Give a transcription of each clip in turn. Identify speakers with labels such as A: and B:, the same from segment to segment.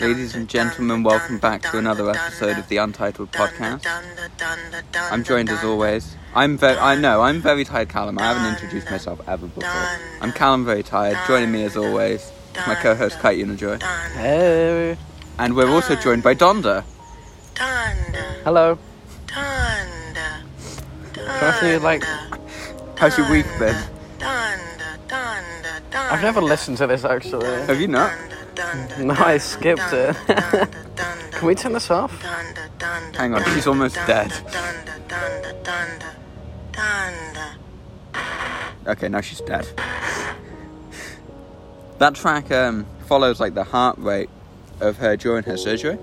A: Ladies and gentlemen, welcome back to another episode of the Untitled Podcast. I'm joined as always. I'm very, I know, I'm very tired, Callum. I haven't introduced myself ever before. I'm Callum, very tired. Joining me as always is my co-host Kite Unijoy,
B: Hey.
A: and we're also joined by Donda.
B: Hello.
A: How's
B: Firstly, like,
A: How's your week been?
B: I've never listened to this actually.
A: Have you not?
B: No, I skipped it. Can we turn this off?
A: Hang on, she's almost dead. Okay, now she's dead. That track um, follows like the heart rate of her during her surgery.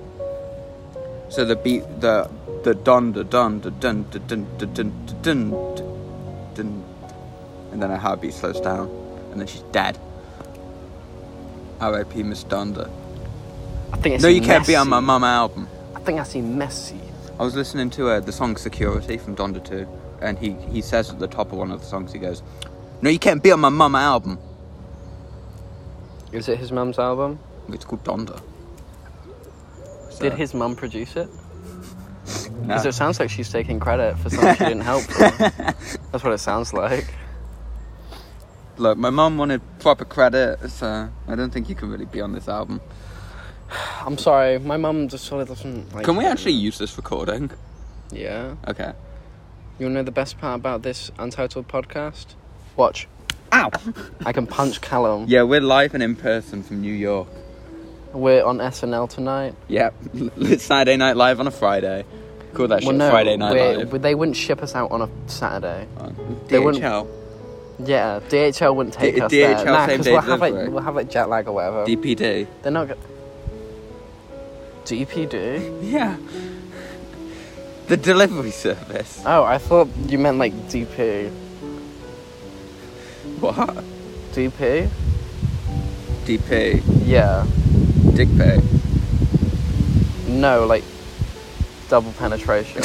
A: So the beat, the the dun da dun da dun da dun da dun da dun da dun, and then her heartbeat slows down, and then she's dead. R.I.P. Miss Donda.
B: I think it's
A: No, you can't be on my
B: messy.
A: mama album.
B: I think I see messy.
A: I was listening to uh, the song Security from Donda 2, and he, he says at the top of one of the songs, he goes, No, you can't be on my mama album.
B: Is it his mum's album?
A: It's called Donda.
B: Did his mum produce it?
A: No.
B: Because it sounds like she's taking credit for something she didn't help. with. That's what it sounds like.
A: Look, my mum wanted proper credit, so I don't think you can really be on this album.
B: I'm sorry, my mum just sort of doesn't like.
A: Can we actually use this recording?
B: Yeah.
A: Okay.
B: You wanna know the best part about this untitled podcast? Watch.
A: Ow!
B: I can punch Callum.
A: Yeah, we're live and in person from New York.
B: We're on SNL tonight.
A: Yep. it's Saturday Night Live on a Friday. Call that shit Friday Night
B: we're-
A: Live.
B: we- they wouldn't ship us out on a Saturday. they wouldn't-
A: DHL.
B: Yeah, DHL wouldn't take
A: D-
B: us
A: DHL
B: there. Nah,
A: same
B: 'cause
A: day
B: we'll have like
A: delivery.
B: we'll have like jet lag or whatever.
A: DPD.
B: They're not. Go- DPD.
A: Yeah. The delivery service.
B: Oh, I thought you meant like DP.
A: What?
B: DP.
A: DP.
B: Yeah.
A: Dick pay.
B: No, like double penetration.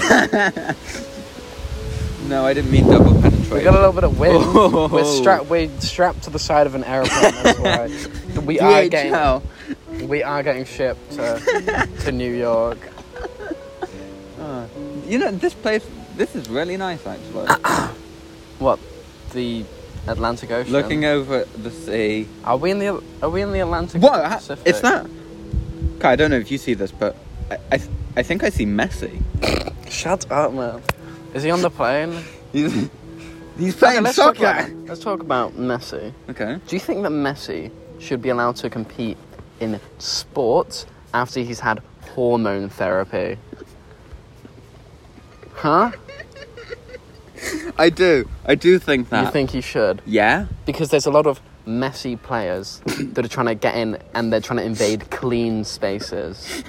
A: No, I didn't mean double penetration.
B: we got a little bit of wind.
A: Oh.
B: We're strapped. We're strapped to the side of an aeroplane. That's why we are getting
A: DHL.
B: we are getting shipped to, to New York.
A: You know, this place, this is really nice actually.
B: Ah, What? The Atlantic Ocean.
A: Looking over the sea.
B: Are we in the Are we in the Atlantic?
A: What?
B: or
A: Ha-
B: Pacific?
A: It's that. Okay, I don't know if you see this, but I, I, th- I think I see Messi.
B: Shut up, man. Is he on the plane?
A: He's, he's
B: Okay,
A: playing
B: let's Talk
A: soccer.
B: about, let's talk about Messi.
A: Okay.
B: Do you think that Messi should be allowed to compete in sports after he's had hormone therapy? Huh?
A: I do. I do think that.
B: You think he should?
A: Yeah.
B: Because there's a lot of Messi players that are trying to get in and they're trying to invade clean spaces.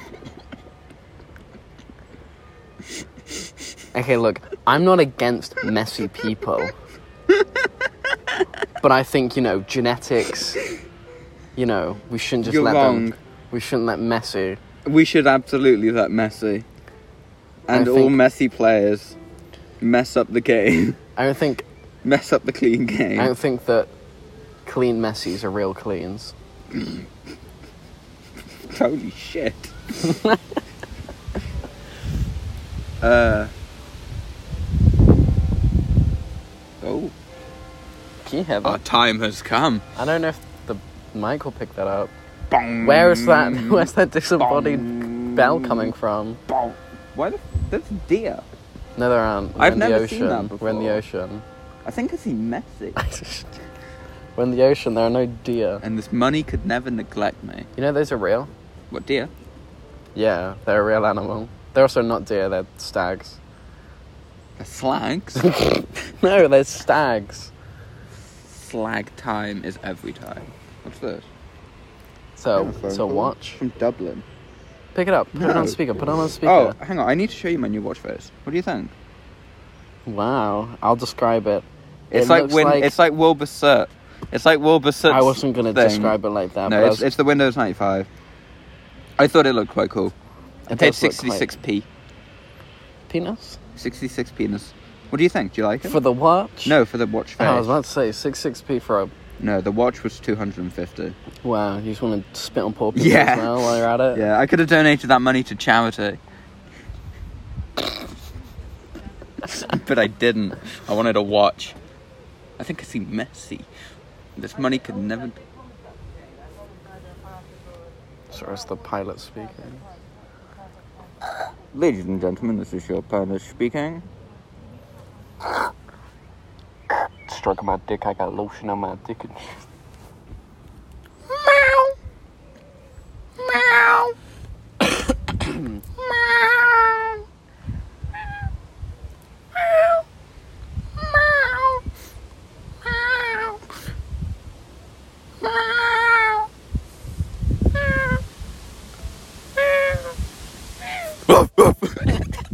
B: Okay, look, I'm not against messy people. But I think, you know, genetics, you know, we shouldn't just
A: You're
B: let
A: wrong.
B: them. We shouldn't let Messi.
A: We should absolutely let Messi and
B: I
A: all
B: think-
A: Messi players mess up the game,
B: I don't think
A: mess up the clean game.
B: I don't think that clean Messis are real cleans.
A: Holy shit. uh. Oh.
B: Can you hear
A: Our
B: that?
A: time has come.
B: I don't know if the mic will pick that up. Where is that? Where's that disembodied bell coming from?
A: Bong. Why the? f- That's deer.
B: No, there aren't. We're
A: I've
B: in the
A: never
B: ocean.
A: seen that
B: We're in the
A: before.
B: ocean.
A: I think I see Messi.
B: We're in the ocean. There are no deer.
A: And this money could never neglect me.
B: You know those are real.
A: What deer?
B: Yeah, they're a real animal. They're also not deer. They're stags.
A: The slags.
B: No, they're stags.
A: Slag time is every time. What's this?
B: So,
A: Have a phone
B: so
A: call
B: Oh, watch.
A: from Dublin.
B: Pick it up. Put it
A: No.
B: on speaker. Put it on
A: Oh,
B: speaker.
A: hang on. I need to show you my new watch face. What do you think?
B: Wow. I'll describe it.
A: It's
B: It
A: like
B: looks
A: when it's like Wilbur Surt. It's like Wilbur Surt.
B: I wasn't gonna describe it like that.
A: No,
B: but I
A: it's,
B: was-
A: it's the Windows 95. I thought it looked quite cool. I
B: it
A: paid
B: does look quite-
A: 66p.
B: penis
A: 66 penis. What do you think? Do you like it?
B: for the Oh, watch.
A: no, for the watch face.
B: Oh, I was about to say six six p for a
A: No, the watch was 250.
B: Wow, you just want to spit on poor people
A: Yeah.
B: as well while you're at it?
A: Yeah, I could have donated that money to charity. but I didn't. I wanted a watch. I think I see Messi. This money could never.
B: Sorry, it's the pilot speaking.
A: Ladies and gentlemen, this is your pilot speaking.
B: Stroking my dick, I got lotion on my dick. And... Got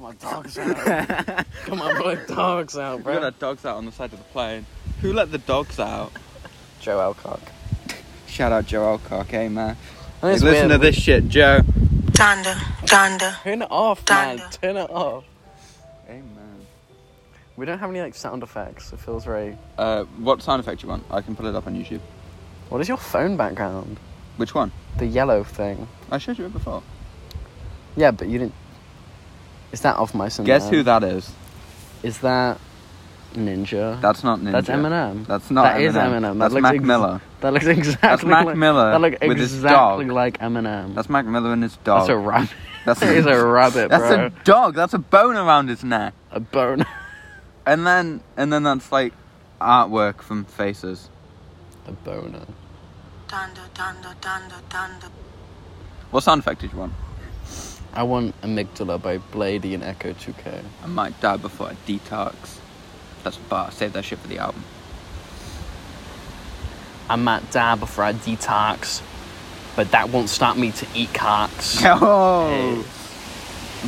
B: my dogs out. Got my blood dogs out,
A: We got
B: bro.
A: our dogs out on the side of the plane. Who let the dogs out?
B: Joe Alcock.
A: Shout out Joe Alcock, eh, man?
B: I think it's
A: listen
B: weird.
A: to this shit, Joe.
C: Donda, Donda,
B: Turn it off,
C: Done.
B: man. Turn it off.
A: Amen.
B: We don't have any like sound effects. It feels very.
A: Uh, what sound effect do you want? I can pull it up on YouTube.
B: What is your phone background?
A: Which one?
B: The yellow thing.
A: I showed you it before.
B: Yeah, but you didn't. Is that off my son?
A: Guess who that is?
B: Is that Ninja?
A: That's not Ninja.
B: That's Eminem.
A: That's not
B: That
A: Eminem.
B: is Eminem. That
A: That's
B: looks
A: Mac
B: ex-
A: Miller.
B: That looks exactly.
A: Mac
B: like,
A: Miller
B: That looks
A: with his
B: exactly
A: dog.
B: like Eminem.
A: That's Mac Miller and his
B: That's
A: dog.
B: a rabbit.
A: That's
B: That is a rabbit,
A: That's
B: bro.
A: a dog. That's a bone around his neck.
B: A bone.
A: And then and then that's like artwork from Faces.
B: a boner.
C: Donda, Donda, Donda, Donda.
A: What sound effect did you want?
B: I want Amygdala by Blady and Echo 2K.
A: I might die before I detox. That's a bar. Save that shit for the album.
B: I might die before I detox, but that won't stop me to eat cocks.
A: Oh.
B: Hey.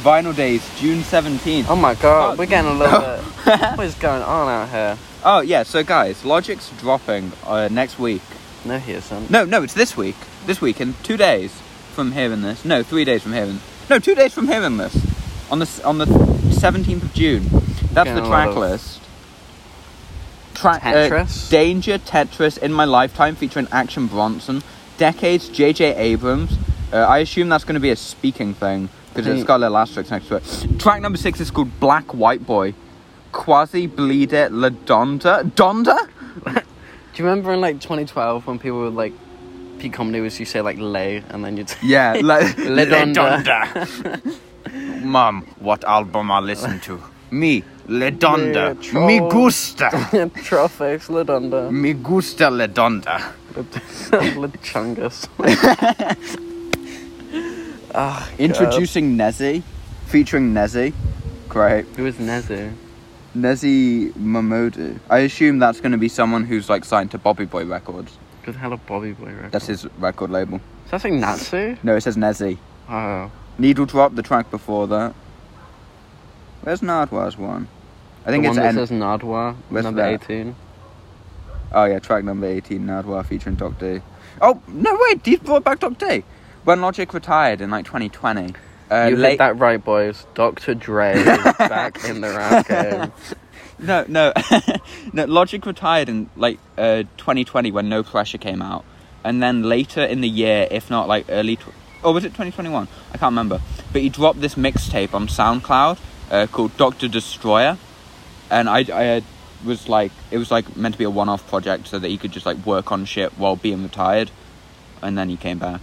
A: Vinyl Days, June 17th.
B: Oh my god,
A: Fuck.
B: we're getting a little bit. What is going on out here?
A: Oh, yeah, so guys, Logic's dropping uh, next week.
B: No, he isn't.
A: No, no, it's this week. This week, in two days from hearing this. No, three days from hearing. No, two days from hearing this. On the s- on the seventeenth of June. That's
B: Getting
A: the
B: a
A: track
B: lot of
A: list. Track uh,
B: Tetris?
A: Danger, Tetris, In My Lifetime, featuring Action Bronson, Decades, J.J. Abrams. Uh, I assume that's going to be a speaking thing because it's
B: Mm.
A: got little asterisks next to it. Track number six is called Black White Boy. Quasi Bleed It La Donda. Donda?
B: Do you remember in like 2012 when people would like. Peak comedy was you say like lay and then you'd.
A: Yeah, like
B: Le Donda.
A: Mom, what album I listen to? Me, Le
B: Donda. Yeah, Me troll.
A: gusta.
B: Trophix, Ladonda.
A: Me gusta Le Donda.
B: Lachungus. Ah,
A: Introducing Nezzy, featuring Nezzy. Great.
B: God. Who is Nezu?
A: Nezzy Mamodu. I assume that's going to be someone who's like signed to Bobby Boy Records.
B: Good hell of Bobby Boy record.
A: That's his record label.
B: Is that saying Natsu?
A: No, it says Nezzy.
B: Oh.
A: Needle Drop, the track before that. Where's Nardwa's one? I think
B: the
A: it's
B: one that
A: N-
B: says Nadwa,
A: Where's
B: number
A: that?
B: 18.
A: Oh yeah, track number 18, Nardwar featuring Doc D. Oh no wait, these brought back Doc D. When Logic retired in like 2020. Uh,
B: you
A: late-
B: hit that right, boys. Dr. Dre is back in the rap game.
A: No, no, no. Logic retired in like uh, 2020 when No Pressure came out, and then later in the year, if not like early, tw- or was it 2021? I can't remember. But he dropped this mixtape on SoundCloud uh, called Doctor Destroyer, and I, I uh, was like, it was like meant to be a one-off project so that he could just like work on shit while being retired, and then he came back.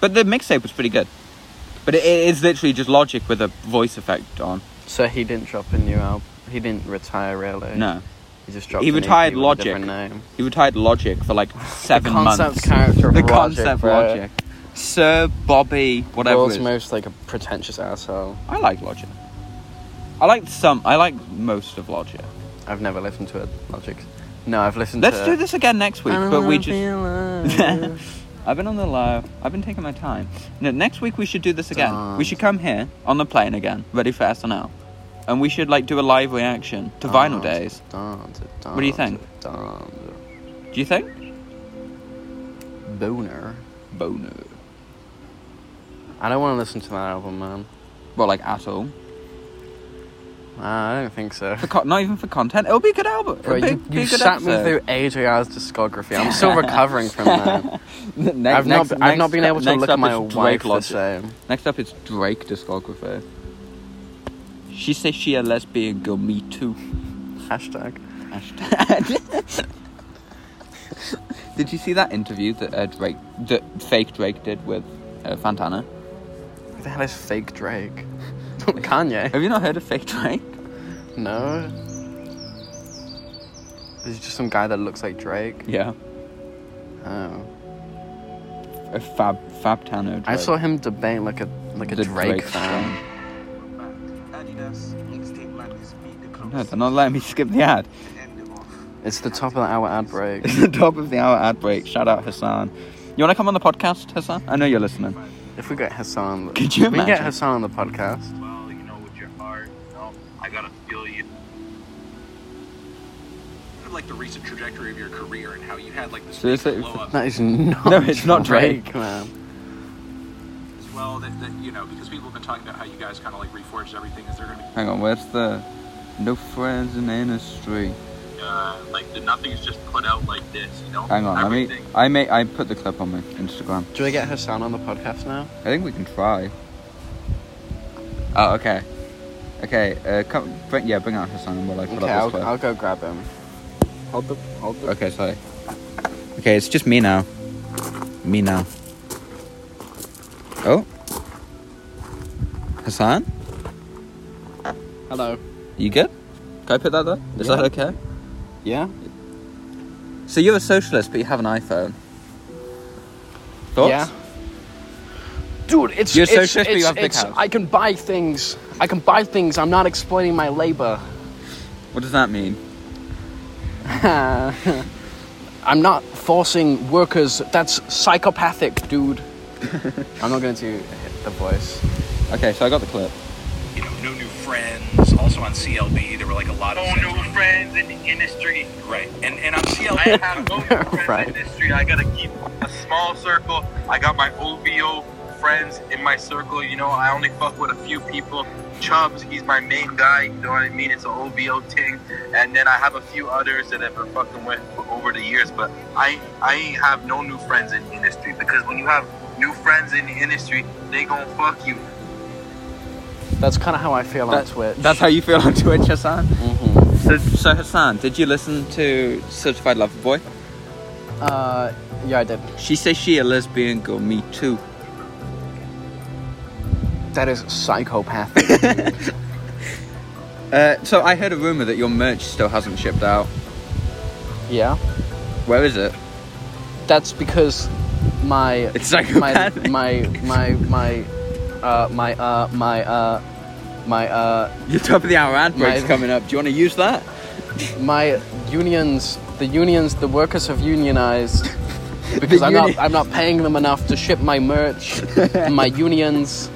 A: But the mixtape was pretty good. But it, it is literally just Logic with a voice effect on.
B: So he didn't drop a new album. He didn't retire really.
A: No.
B: he just dropped.
A: He
B: an
A: retired
B: EP with a
A: Logic.
B: different name.
A: He retired Logic for like seven months.
B: Concept character of
A: the
B: Logic,
A: concept
B: bro.
A: Logic. Sir Bobby, whatever.
B: World's
A: it is.
B: most like a pretentious asshole.
A: I like Logic. I like some. I like most of Logic.
B: I've never listened to it. Logic. No, I've listened.
A: Let's
B: to
A: do this again next week, but we just.
B: just.
A: I've been on the low. I've been taking my time. No, next week we should do this again.
B: Don't.
A: We should come here on the plane again, ready for SNL, and we should like do a live reaction
B: Oh,
A: to Vinyl Days.
B: What
A: do you think? Do you think?
B: Boner.
A: Boner.
B: I don't want to listen to that album, man.
A: Well, like at all.
B: I Uh, I don't think so.
A: For con- not even for content. It'll be a good album. It'll
B: Bro,
A: be,
B: you,
A: be a
B: you
A: good
B: sat me
A: episode.
B: through eight hours discography. I'm still recovering from that.
A: Ne- next-
B: I've not,
A: next-
B: I've not been
A: next-
B: able to
A: next
B: look
A: up
B: at my
A: is
B: wife the
A: Logic.
B: same.
A: Next up is Drake discography. She says she a lesbian girl. Me too.
B: Hashtag.
A: Hashtag. did you see that interview that uh, Drake, that fake Drake did with uh, Fantana?
B: What the hell is fake Drake? Kanye?
A: Have you not heard of fake Drake?
B: No. Is he just some guy that looks like Drake?
A: Yeah.
B: Oh.
A: A fab, fab Tano Drake.
B: I saw him debate like a like a
A: The
B: Drake, fan.
D: Adidas mixtape man is beat the clubs.
A: No, they're not letting me skip the ad.
D: End them off.
B: It's the top of the hour ad break.
A: It's the top of the hour ad break. Shout out Hassan. You want to come on the podcast, Hassan? I know you're listening.
B: if we get Hassan, on the-
A: Could you
B: we can get
A: imagine?
B: Hassan on the podcast.
D: Well, you know, with your art, you know, I gotta feel you.
E: like the recent trajectory of your career and how you had like this
A: Seriously?
E: big blow up
B: That is not.
A: No, it's not Drake.
B: man.
E: as well that, that you know because people have been talking about how you guys kind of like reforged everything is there going to
A: Hang on, where's the no friends in industry?
E: be uh, like the nothing's just put out like this you know
A: Hang on, let me.
E: everything
A: I may. I put the clip on my Instagram.
B: Do we get Hassan on the podcast now?
A: I think we can try. Oh, okay. Okay. Uh, come. Bring, yeah, bring out Hassan and we'll like put
B: Okay,
A: up this
B: I'll,
A: clip.
B: I'll go grab him. Hold the hold the.
A: Okay, sorry. Okay, it's just me now. Me now. Oh. Hassan,
B: Hello.
A: you good? Can I put that there? Is
B: Yeah.
A: that okay?
B: Yeah.
A: So you're a socialist, but you have an iPhone. Thoughts?
B: Yeah. Dude, it's
A: You're a
B: it's,
A: socialist, but you
B: it's,
A: have big
B: it's-
A: house.
B: I can buy things. I can buy things. I'm not exploiting my labor.
A: What does that mean?
B: I'm not forcing workers. That's psychopathic, dude. I'm not going to hit the voice.
A: Okay, so I got the clip.
E: you know no new friends also on CLB there were like a lot of
D: No
E: sentiment-
D: new friends in the industry.
E: right and and on
D: I
E: CLB
D: have no new friends
B: Right.
D: in the industry. I gotta keep a small circle. I got my OVO friends in my circle. You know, I only fuck with a few people. Chubbs, he's my main guy. You know what I mean? It's an OVO thing. And then I have a few others that I've been fucking with for over the years. But I I ain't have no new friends in the industry because when you have new friends in the industry, they gonna fuck you.
B: That's kind of how I feel on
A: That-
B: Twitch.
A: That's how you feel on Twitch, Hassan.
B: Mhm.
A: So, so Hassan, did you listen to Certified Lover Boy?
B: Uh, yeah, I did.
A: She says she a lesbian girl. Me too.
B: That is psychopathic.
A: Uh, so I heard a rumor that your merch still hasn't shipped out.
B: yeah.
A: Where is it?
B: That's because my
A: It's
B: my
A: psychopathic.
B: my my my uh my uh my uh my uh
A: Your top of the hour ad break's
B: My-
A: coming up. Do you want to use that?
B: my unions the unions the workers have unionized because I'm
A: uni-
B: not I'm not paying them enough to ship my merch my unions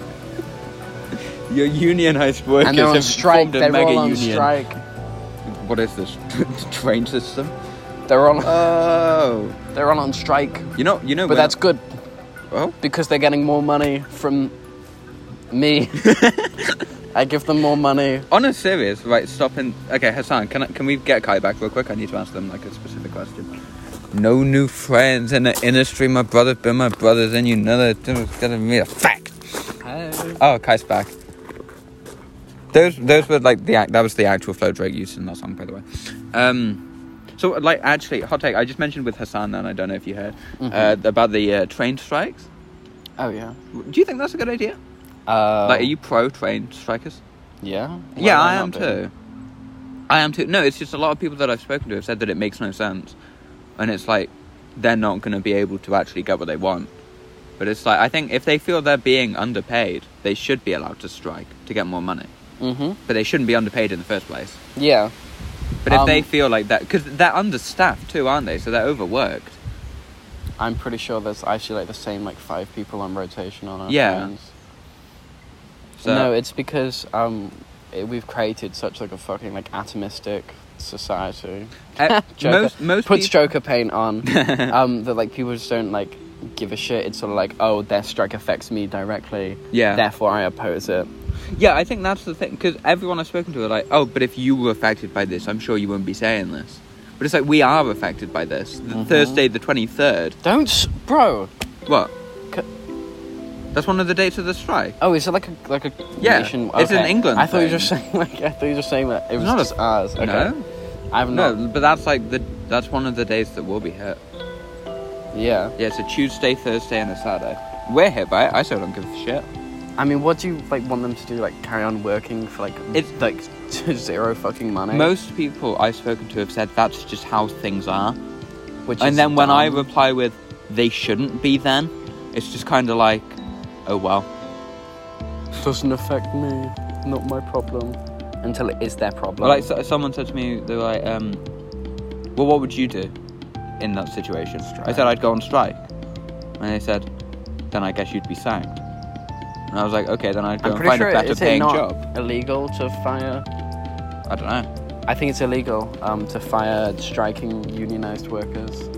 A: Your unionized workers
B: and they're on
A: have
B: strike
A: formed a
B: they're
A: mega
B: all on
A: union.
B: strike
A: What is this? Train system?
B: they're all
A: Oh,
B: they're all on strike
A: you know, you know.
B: but
A: when-
B: that's good
A: oh,
B: because they're getting more money from me I give them more money
A: on a serious right. Stop and okay, Hassan. Can I, can we get Kai back real quick? I need to ask them like a specific question. No new friends in the industry. My brother's been my brother's, and you know that it's gonna be a fact. Oh, Kai's back. Those those were like the act that was the actual flow Drake used in that song, by the way. Um, so like actually, hot take. I just mentioned with Hassan, and I don't know if you heard uh, about the uh, train strikes.
B: oh yeah
A: Do you think that's a good idea?
B: uh,
A: Like, are you pro train strikers?
B: yeah Why
A: yeah,
B: would
A: I am
B: not be?
A: too. I am too. No, it's just a lot of people that I've spoken to have said that it makes no sense, and it's like they're not going to be able to actually get what they want. But it's like I think if they feel they're being underpaid, they should be allowed to strike to get more money.
B: mhm
A: But they shouldn't be underpaid in the first place.
B: yeah
A: But if
B: Um,
A: they feel like that, because they're understaffed too, aren't they? So they're overworked.
B: I'm pretty sure there's actually like the same like five people on rotation on our
A: Yeah.
B: trains.
A: So
B: no, it's because um it, we've created such like a fucking like atomistic society.
A: eh,
B: Joker.
A: most most
B: Puts
A: people,
B: Joker paint on um that like people just don't like give a shit. It's sort of like oh their strike affects me directly.
A: Yeah.
B: Therefore I oppose it.
A: Yeah, I think that's the thing because everyone I've spoken to are like, "Oh, but if you were affected by this, I'm sure you wouldn't be saying this." But it's like we are affected by this. The
B: Mm-hmm.
A: Thursday, the twenty third.
B: Don't, s- bro.
A: What?
B: C-
A: That's one of the dates of the strike.
B: Oh, is it like a like a
A: Yeah,
B: nation?
A: it's an England
B: I thought you
A: thing.
B: were just saying like I thought you were just saying that it was
A: Not a-
B: just ours. Okay.
A: No,
B: I've not.
A: no, but that's like the that's one of the days that will be hit.
B: Yeah.
A: Yeah, it's a Tuesday, Thursday, and a Saturday. We're hit by it. I still don't give a shit.
B: I mean, what do you like want them to do? Like carry on working for like
A: It's-
B: it's like zero fucking money.
A: Most people I've spoken to have said that's just how things are.
B: which
A: and
B: is
A: then when I
B: dumb.
A: reply with they shouldn't be then, it's just kind of like, oh well.
B: doesn't affect me, not my problem, until it is their
A: Well,
B: problem.
A: like so, someone said to me, they were like, um, well, what would you do in that situation? I said I'd go on strike, and they said, then I guess you'd be sacked. And I was like, okay, then I'd go and
B: I'm pretty
A: find
B: sure
A: a better
B: is it
A: paying
B: not
A: job.
B: illegal to fire.
A: I don't know.
B: I think it's illegal um, to fire striking unionized workers.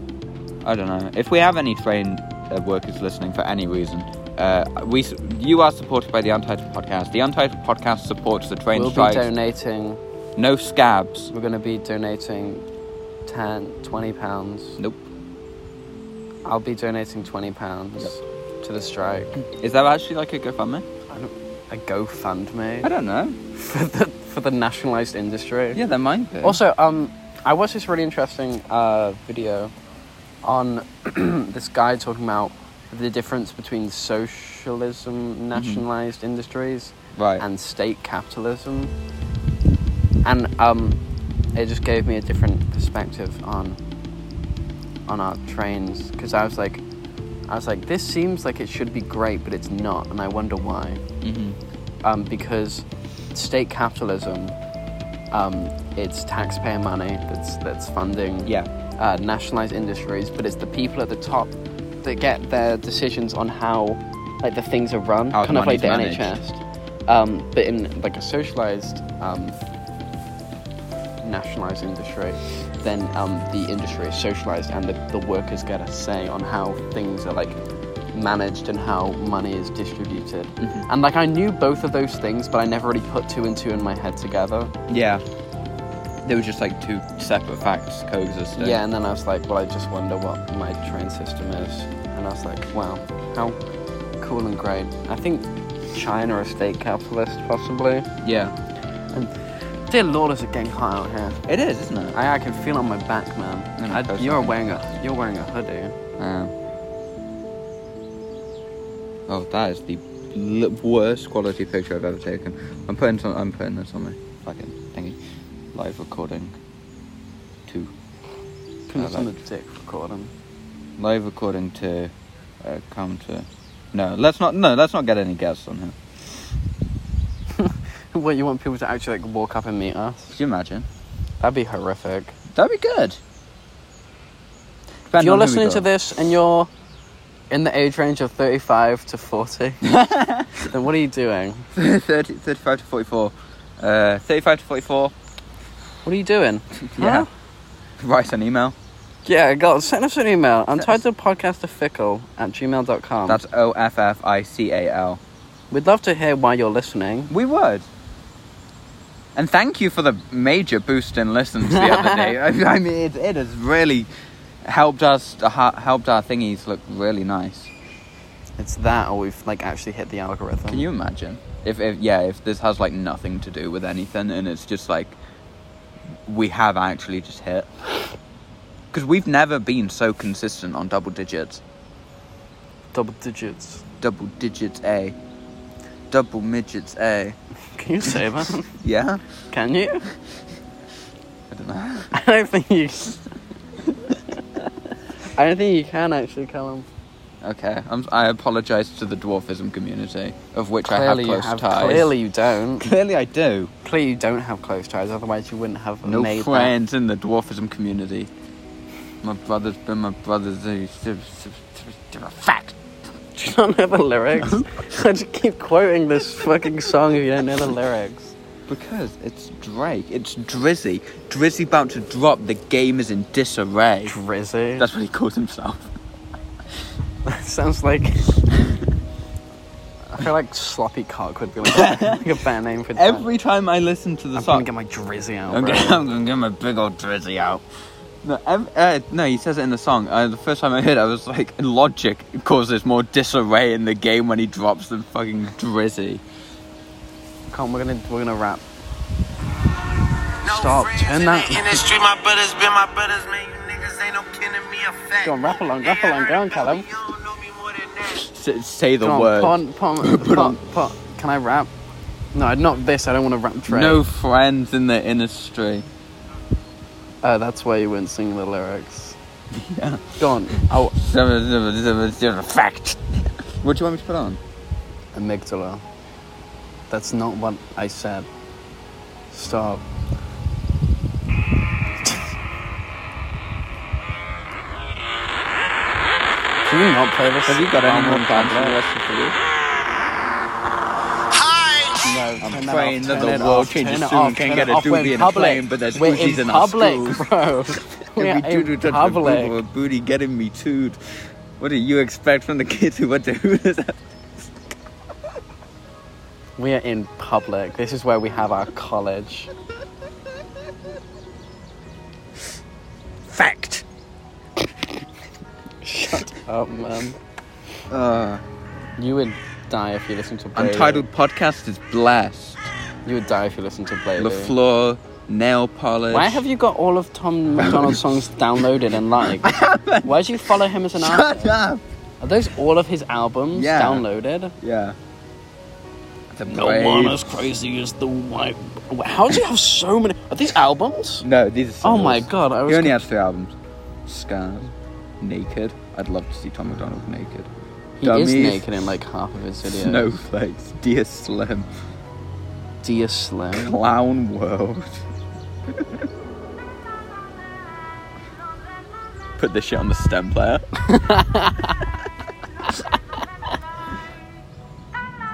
A: I don't know. If we have any trained uh, workers listening for any reason. Uh, we s- you are supported by the Untitled Podcast. The Untitled Podcast supports the train
B: we'll
A: strikes.
B: be donating.
A: no scabs.
B: We're going to be donating 10, 20 pounds.
A: Nope.
B: I'll be donating 20 pounds to the strike.
A: Is that actually like a GoFundMe?
B: I don't, a GoFundMe
A: I don't know.
B: for the for the nationalized industry.
A: Yeah, there might be.
B: Also, um, I watched this really interesting uh, video on this guy talking about the difference between socialism, nationalized industries,
A: right.
B: and state capitalism. And um, it just gave me a different perspective on on our trains because I was like, I was like, this seems like it should be great, but it's not, and I wonder why
A: hmm
B: um, because state capitalism, um, it's taxpayer money that's that's funding
A: Yeah.
B: uh, nationalized industries, but it's the people at the top that get their decisions on how like the things are run,
A: How
B: kind of like
A: money's
B: the
A: managed.
B: NHS. Um, but in like a socialized um, nationalized industry, then um, the industry is socialized and the, the workers get a say on how things are like managed and how money is distributed.
A: Mm-hmm.
B: And like I knew both of those things, but I never really put two and two in my head together.
A: Yeah. They were just like two separate facts coexisting.
B: Yeah, and then I was like, well, I just wonder what my train system is. And I was like, wow, how cool and great. I think China are a state capitalist, possibly.
A: Yeah.
B: Dear Lord, is it getting hot out here?
A: It is, isn't it?
B: I, I can feel on my back, man.
A: Mm,
B: I,
A: close
B: you're
A: up.
B: wearing a you're wearing a hoodie.
A: Um, oh, that is the l- worst quality picture I've ever taken. I'm putting some, I'm putting this on my fucking thingy. Live recording. Two.
B: Put
A: I
B: this on the
A: like-
B: dick recording.
A: Live recording to uh, counter. No, let's not. No, let's not get any guests on here.
B: What you want people to actually like walk up and meet us?
A: Could you imagine?
B: That'd be horrific.
A: That'd be good.
B: if you're listening to this and you're in the age range of 35 to 40, then what are you doing?
A: 30, 35 to 44. Uh, 35 to 44.
B: What are you doing?
A: Yeah.
B: Huh?
A: Write an email.
B: Yeah, go send us an email. I'm tied to podcast to fickle at gmail.com.
A: That's O F F I C A L.
B: We'd love to hear why you're listening.
A: We would. And thank you for the major boost in listens the other day. I I mean, it, it has really helped us, to ha- helped our thingies look really nice.
B: It's that, or we've like actually hit the algorithm.
A: Can you imagine? If, if yeah, if this has like nothing to do with anything, and it's just like we have actually just hit because we've never been so consistent on double digits.
B: double digits?
A: double digits A. Double midgets A.
B: Can you say that?
A: Yeah?
B: Can you?
A: I don't know.
B: I don't think you. I don't think you can actually, Callum.
A: Okay, I'm, I apologize to the dwarfism community, of which
B: Clearly,
A: I have close
B: you have.
A: ties.
B: Clearly, you don't.
A: Clearly I do.
B: Clearly, you don't have close ties. Otherwise, you wouldn't have
A: No
B: made that.
A: friends in the dwarfism community. My brother's been my brother's. Fact!
B: Do you not know the lyrics? I just keep quoting this fucking song if you don't know the lyrics.
A: Because it's Drake, it's Drizzy. Drizzy about to drop, the game is in disarray.
B: Drizzy.
A: That's what he calls himself.
B: Sounds like I feel like sloppy cock would be like, like a better name for that.
A: Every time I listen to the
B: I'm
A: song,
B: gonna get my drizzy out.
A: I'm
B: bro.
A: gonna, I'm gonna get my big old drizzy out. No, ev- uh, no, he says it in the song. Uh, the first time I heard it, I was like, logic causes more disarray in the game when he drops than fucking drizzy.
B: Come, on, we're gonna we're gonna rap.
F: No
B: Stop,
F: friends
B: turn
F: in
B: that-
F: The industry, my brothers been my brothers, man. You niggas ain't no kin to me, a fact.
B: Go on, rap along, rap along, go on, Callum.
F: You don't know me more than that.
A: S- say the
B: Come
A: word.
B: on, pon, pon,
A: Put on-
B: pon, pon. Can I rap? No, not this. I don't want to rap. Trey.
A: No friends in the industry.
B: Uh, that's why you wouldn't sing the lyrics.
A: Yeah.
B: Go on. Oh,
A: Fact. What do you want me to put on?
B: amygdala. That's not what I said. Stop. Can you not play this?
A: Have you got any more plans for the
B: plans?
A: rest of the week?
B: No,
A: I'm
B: turn
A: praying
B: off,
A: that
B: turn
A: the
B: it
A: world
B: off,
A: changes
B: turn it
A: soon,
B: off,
A: can't
B: turn
A: get
B: it
A: a
B: off. We're
A: doobie
B: in
A: in a
B: public.
A: plane, but there's
B: We're
A: booties
B: in
A: in our
B: public,
A: schools.
B: bro. We're
A: Every dude who
B: in
A: touched my boob
B: public.
A: with a booty getting me tooed. What do you expect from the kids who went to Hooters?
B: We are in public. This is where we have our college.
A: Fact.
B: Shut up, man.
A: Uh,
B: Um, You would die if you listened to Blade.
A: Untitled podcast is blessed.
B: You would die if you listened to Blade.
A: LaFleur, nail polish.
B: Why have you got all of Tom McDonald's songs downloaded and liked? Why do you follow him as an
A: Shut
B: artist?
A: up!
B: Are those all of his albums
A: Yeah.
B: downloaded?
A: Yeah. The
B: No
A: brave-
B: one as crazy as the white. How do you have so many? Are these albums?
A: No, these are
B: Oh
A: singles.
B: my god! I was
A: He only has three albums. Scars, Naked. I'd love to see Tom McDonald naked.
B: He is
A: Dummies.
B: naked in like half of his videos.
A: Snowflakes, Dear Slim,
B: Dear Slim.
A: Clown World. Put this shit on the stem player.
B: Turn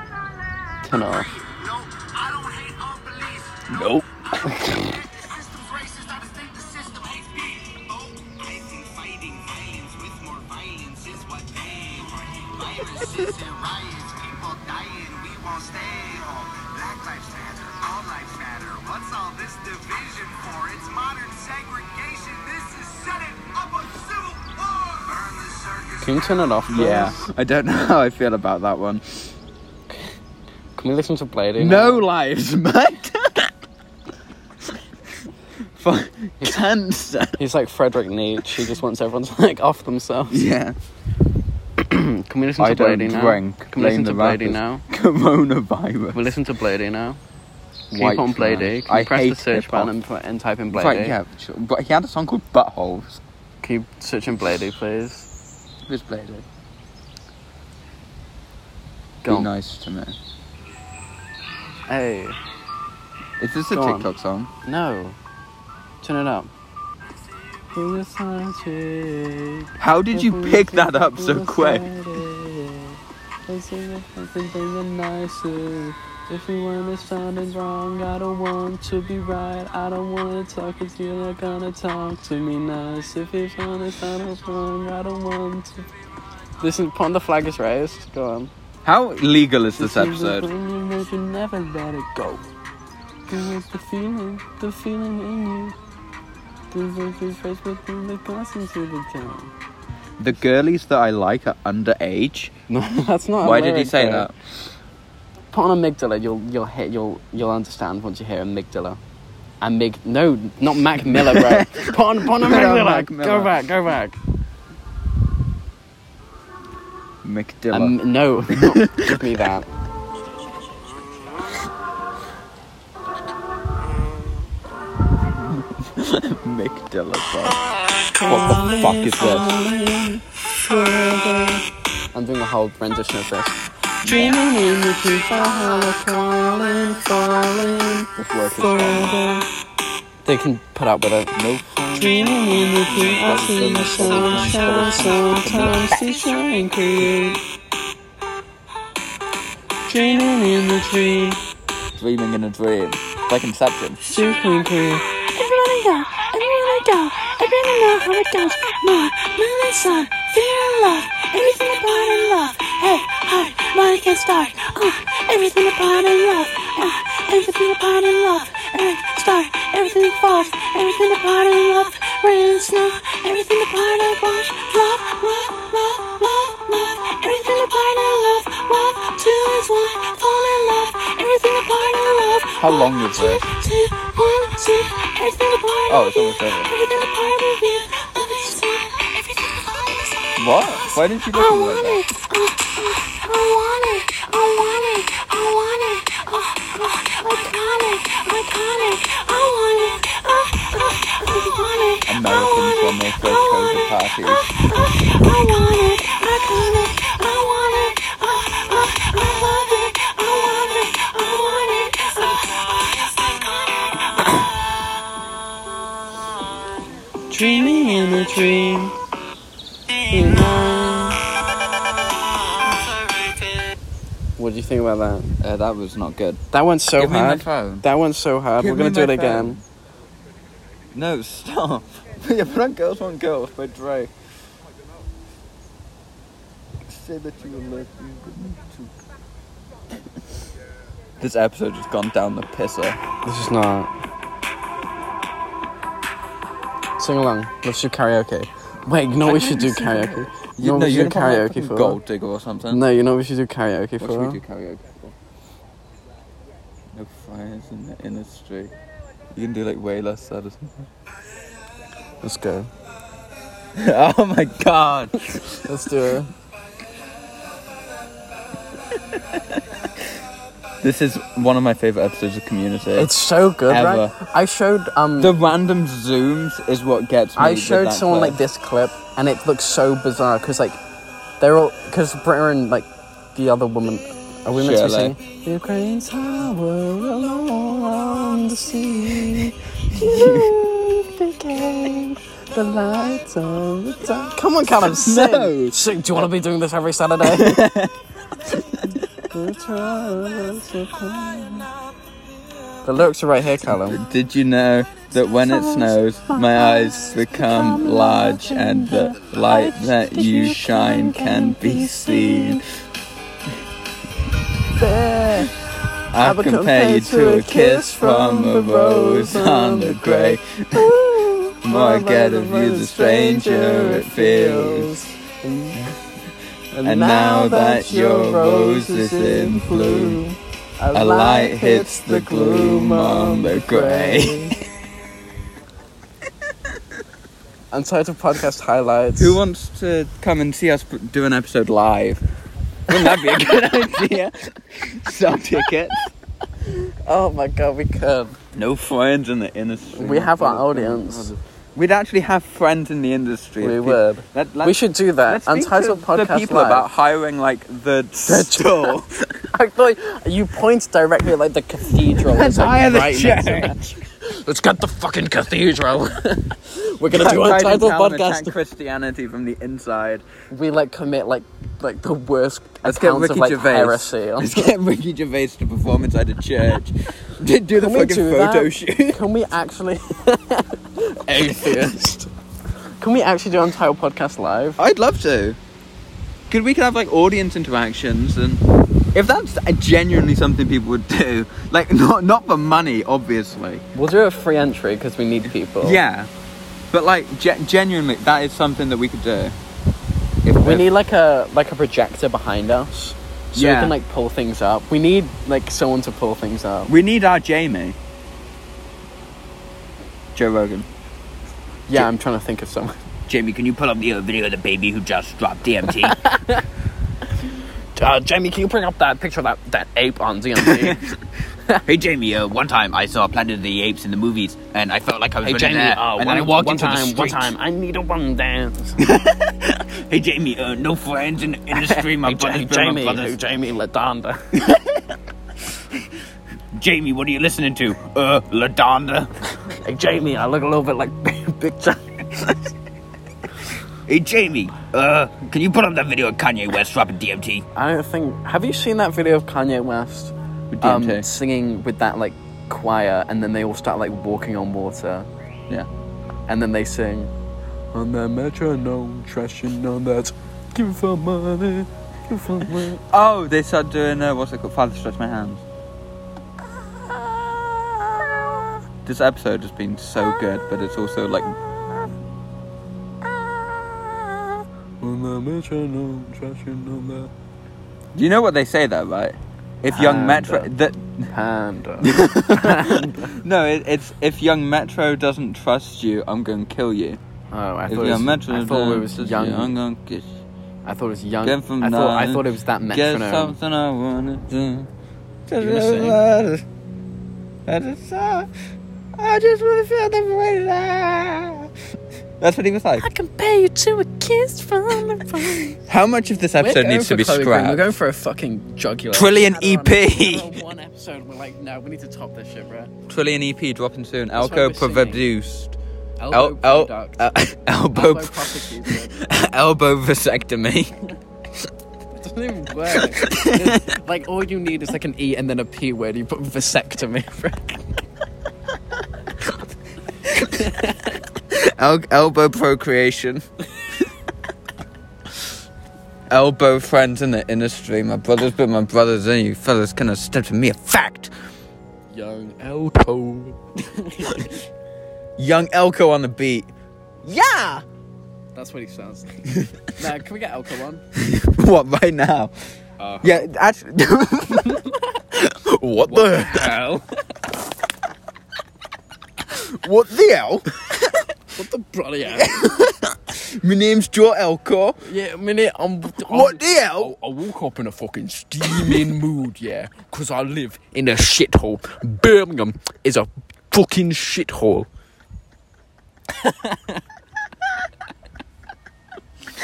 B: it off.
F: No, I don't hate unbelief.
A: Nope.
F: The system's racist, I mistake the system. I think, oh, I think fighting violence with more violence is what they want. Viruses and riots, people dying, we won't stay home. Black lives matter, all lives matter. What's all this division for? It's modern segregation. This is setting up a civil war. Burn the circus.
B: Can you turn it off? Please?
A: Yeah. I don't know how I feel about that one.
B: Can we listen to Blade?
A: No lives matter. For cancer.
B: He's like Frederick Nietzsche. He just wants everyone to like off themselves.
A: Yeah.
B: Can we
A: Hmm.
B: listen to
A: I don't
B: Blady now?
A: drink.
B: Can we listen
A: Blame
B: to
A: the rappers.
B: Blady now?
A: Coronavirus.
B: Can we listen to Blady now? Keep
A: White
B: on
A: trash.
B: Blady. Can you
A: I
B: press the
A: hate
B: search
A: hip-hop.
B: button and, put- and type in
A: It's
B: Blady?
A: like, yeah, sure. but he had a song called Buttholes.
B: Keep searching Blady, please.
A: Who's played it?
B: Go
A: eh? Be
B: on.
A: nice to me.
B: Hey,
A: Is this a
B: Go on.
A: TikTok song?
B: no. Turn it up. Did
A: How did you pick that up so quick?
B: If you want to sound wrong, I don't want to be right. I don't want to talk if you're not gonna talk to me nice. If you want to sound wrong, I don't want to. Listen, pon the flag is raised. Go on.
A: How legal is this
B: This is the
A: episode?
B: feeling that you never let it go. This is the feeling, the feeling in you. This is the face within the passing through the town.
A: The girlies that I like are underage.
B: No, that's not. a
A: Why did he
B: lyric,
A: say
B: bro.
A: that?
B: Put on amygdala. You'll you'll hear you'll you'll understand once you hear amygdala. Amig no, not Mac Miller, bro. put on, put on
A: Put on
B: amygdala.
A: Mac
B: Go
A: Miller.
B: back, go back.
A: McDilla.
B: Um, no, not- give me that.
A: McDilla, bro. What the fuck is this?
B: I'm doing a whole rendition of this.
A: This work is wrong.
B: They can put up with it.
A: No dreaming in a dream. Like Inception.
G: Everyone I know, everyone I know, everyone I know how it goes. My, my, my son, love, everything about in love. Hey, hi, money can start. Uh, everything about in love. Uh, everything about in love. Every start, everything falls. Everything about in love. Rain, snow, everything about in love. Love, love, love, love, love. Everything about in love. Love, two is one. Fall in love. Everything about in love.
A: How long is
G: One,
A: this?
G: two, two, one, two. Everything about in
A: Oh, it's almost
G: love.
A: over.
G: Everything about in love. Love is one. Everything about in love.
A: What? Why didn't you
G: I
A: look at me like
G: want
A: that?
G: it. Uh, uh, I want it. I want it. I want it. Uh, uh, iconic. Iconic. I want it. Uh, uh, I want it. I
A: Americans when
G: want
A: they
G: it.
A: throw
G: I
A: COVID
G: want it.
A: parties.
G: Uh, uh, I want it. Iconic. I want it. Uh, uh, I love it. I want it. I want it. Uh, uh, iconic.
B: Dreaming in a dream. What do you think about that?
A: Uh, that was not good.
B: That one's so
A: Give me my
B: hard.
A: phone.
B: That one's so hard.
A: Give
B: We're gonna
A: me
B: do it
A: my
B: again.
A: No, stop. yeah, put on Girls Want Girls by Dre. Say that you will love me, but not too. This episode has gone down the pisser.
B: This is not. Sing along. Let's do karaoke. Wait, no, we should do karaoke. You know what we should do
A: gonna put
B: karaoke
A: on
B: for?
A: Gold Digger or something.
B: No, you know what we should do karaoke
A: What
B: for?
A: should we do karaoke for? No fires in the industry. You can do like way less sad or something.
B: Let's go.
A: oh my god!
B: Let's do it.
A: This is one of my favorite episodes of Community.
B: It's so good,
A: Ever.
B: right? I showed um.
A: the random zooms is what gets me.
B: I
A: with
B: showed
A: that
B: someone
A: clip.
B: like this clip, and it looks so bizarre because like they're all because Britta and like the other woman. Are we meant to
A: Shirley.
B: sing? Ukraine's tower along the sea. You became the light of the dark. Come on, Callum, sing.
A: No.
B: Sing. Do you want to be doing this every Saturday? the lyrics are right here, Callum.
A: Did you know that when it snows, my eyes become large and the light that you shine can be seen? I
B: would
A: compare you to a kiss from a rose on the grey. More I get of you, the stranger it feels.
B: And now that your rose is in bloom, a light hits the gloom on the grey. Untitled podcast highlights.
A: Who wants to come and see us do an episode live? Wouldn't that be a good idea? Sell tickets.
B: Oh my god, we could.
A: No friends in the industry.
B: We have our audience.
A: We'd actually have friends in the industry.
B: We
A: if
B: would.
A: Let,
B: We should do
A: let's
B: that.
A: speak
B: Untitled
A: to
B: podcast
A: the people
B: live.
A: about hiring like the store.
B: I thought you point directly at like the cathedral. It's like
A: hire the
B: right next to it. Let's get the fucking cathedral. We're gonna do
A: Try to
B: untitled
A: tell them to attack
B: podcast.
A: Christianity from the inside.
B: We like commit like like the worst
A: Let's get
B: accounts
A: Ricky
B: of like
A: Gervais.
B: heresy. on-
A: Let's get Ricky Gervais to perform inside a church. do do the
B: Can we
A: fucking
B: do
A: photo
B: that?
A: shoot.
B: Can we actually atheist? Can we actually do untitled podcast live?
A: I'd love to. Could we could have like audience interactions and if that's genuinely something people would do, like not not for money, obviously.
B: We'll do a free entry because we need people.
A: Yeah, but like ge- genuinely, that is something that we could do. If
B: We need like a like a projector behind us. So
A: Yeah.
B: we can like pull things up. We need like someone to pull things up.
A: we need our Jamie, Joe Rogan.
B: Yeah, I'm trying to think of someone.
A: Jamie, can you pull up the video of the baby who just dropped DMT?
B: Uh, Jamie, can you bring up that picture of that, that ape on DMT?
A: hey Jamie, uh, one time I saw Planet of the Apes in the movies, and I felt like I was
B: hey, Jamie, uh, one, one time, one time, I need a one dance.
A: Hey Jamie, uh, no friends in the industry.
B: hey, Ja- hey, Jamie, hey, Jamie, Ladanda.
A: Jamie, what are you listening to? Uh, Ladonda.
B: hey, Jamie, I look a little bit like Big John.
A: Hey Jamie, uh, can you put up that video of Kanye West dropping DMT?
B: I don't think. Have you seen that video of Kanye West um, singing with that like choir, and then they all start like walking on water,
A: yeah.
B: and then they sing. on that metronome, trashing on that. Give for money, give for money.
A: Oh, they start doing uh, what's it called? Father stretch my hands. This episode has been so good, but it's also like
B: On that metronome, trashing on that.
A: you know what they say though, right? If young Metro,
B: Panda.
A: that
B: Panda.
A: no, it, it's if young Metro doesn't trust you, I'm gonna kill you.
B: Oh, I
A: if
B: thought, it was,
A: young Metro
B: I thought
A: doesn't
B: it was
A: trust
B: young.
A: you, I'm gonna kiss. you.
B: I thought it was young. I
A: Get from
B: thought, I
A: nine,
B: thought it was that
A: Get
B: metronome.
A: something I wanna do.
B: You were saying-
A: I just saw. I just wanna feel the way that- That's what he was like.
G: I compare you to a kiss from a
A: How much of this
B: We're
A: episode
B: going
A: needs to
B: for
A: be
B: Chloe Grace. We're going
A: scrapped?
B: for a fucking jugular.
A: Trillion
B: We had her on- we had
A: EP.
B: her on One episode, we're like, no, we need to top this shit, bro.
A: Trillion EP dropping soon.
B: That's why
A: Elko
B: we're singing.
A: produced. El-
B: Elbow
A: el-
B: product.
A: uh, elbow.
B: Elbow prosecuted.
A: Elbow vasectomy.
B: It doesn't even work. It's- like all you need is like an E and then a P word. You put vasectomy. bro.
A: El- elbow procreation. elbow friends in the industry. My brothers, but my brothers, and you fellas cannot step to me a fact.
B: Young Elko.
A: Young Elko on the beat. Yeah!
B: That's what he sounds like. now, can we get Elko on?
A: What, right now? yeah, actually. what, the?
B: Hell.
A: What the hell?
B: What the bloody hell?
A: My name's Joe Elko.
B: Yeah, I mean, it- I'm, I'm.
A: What the hell?
B: I, I woke up in a fucking steaming mood, yeah, because I live in a shithole. Birmingham is a fucking shithole.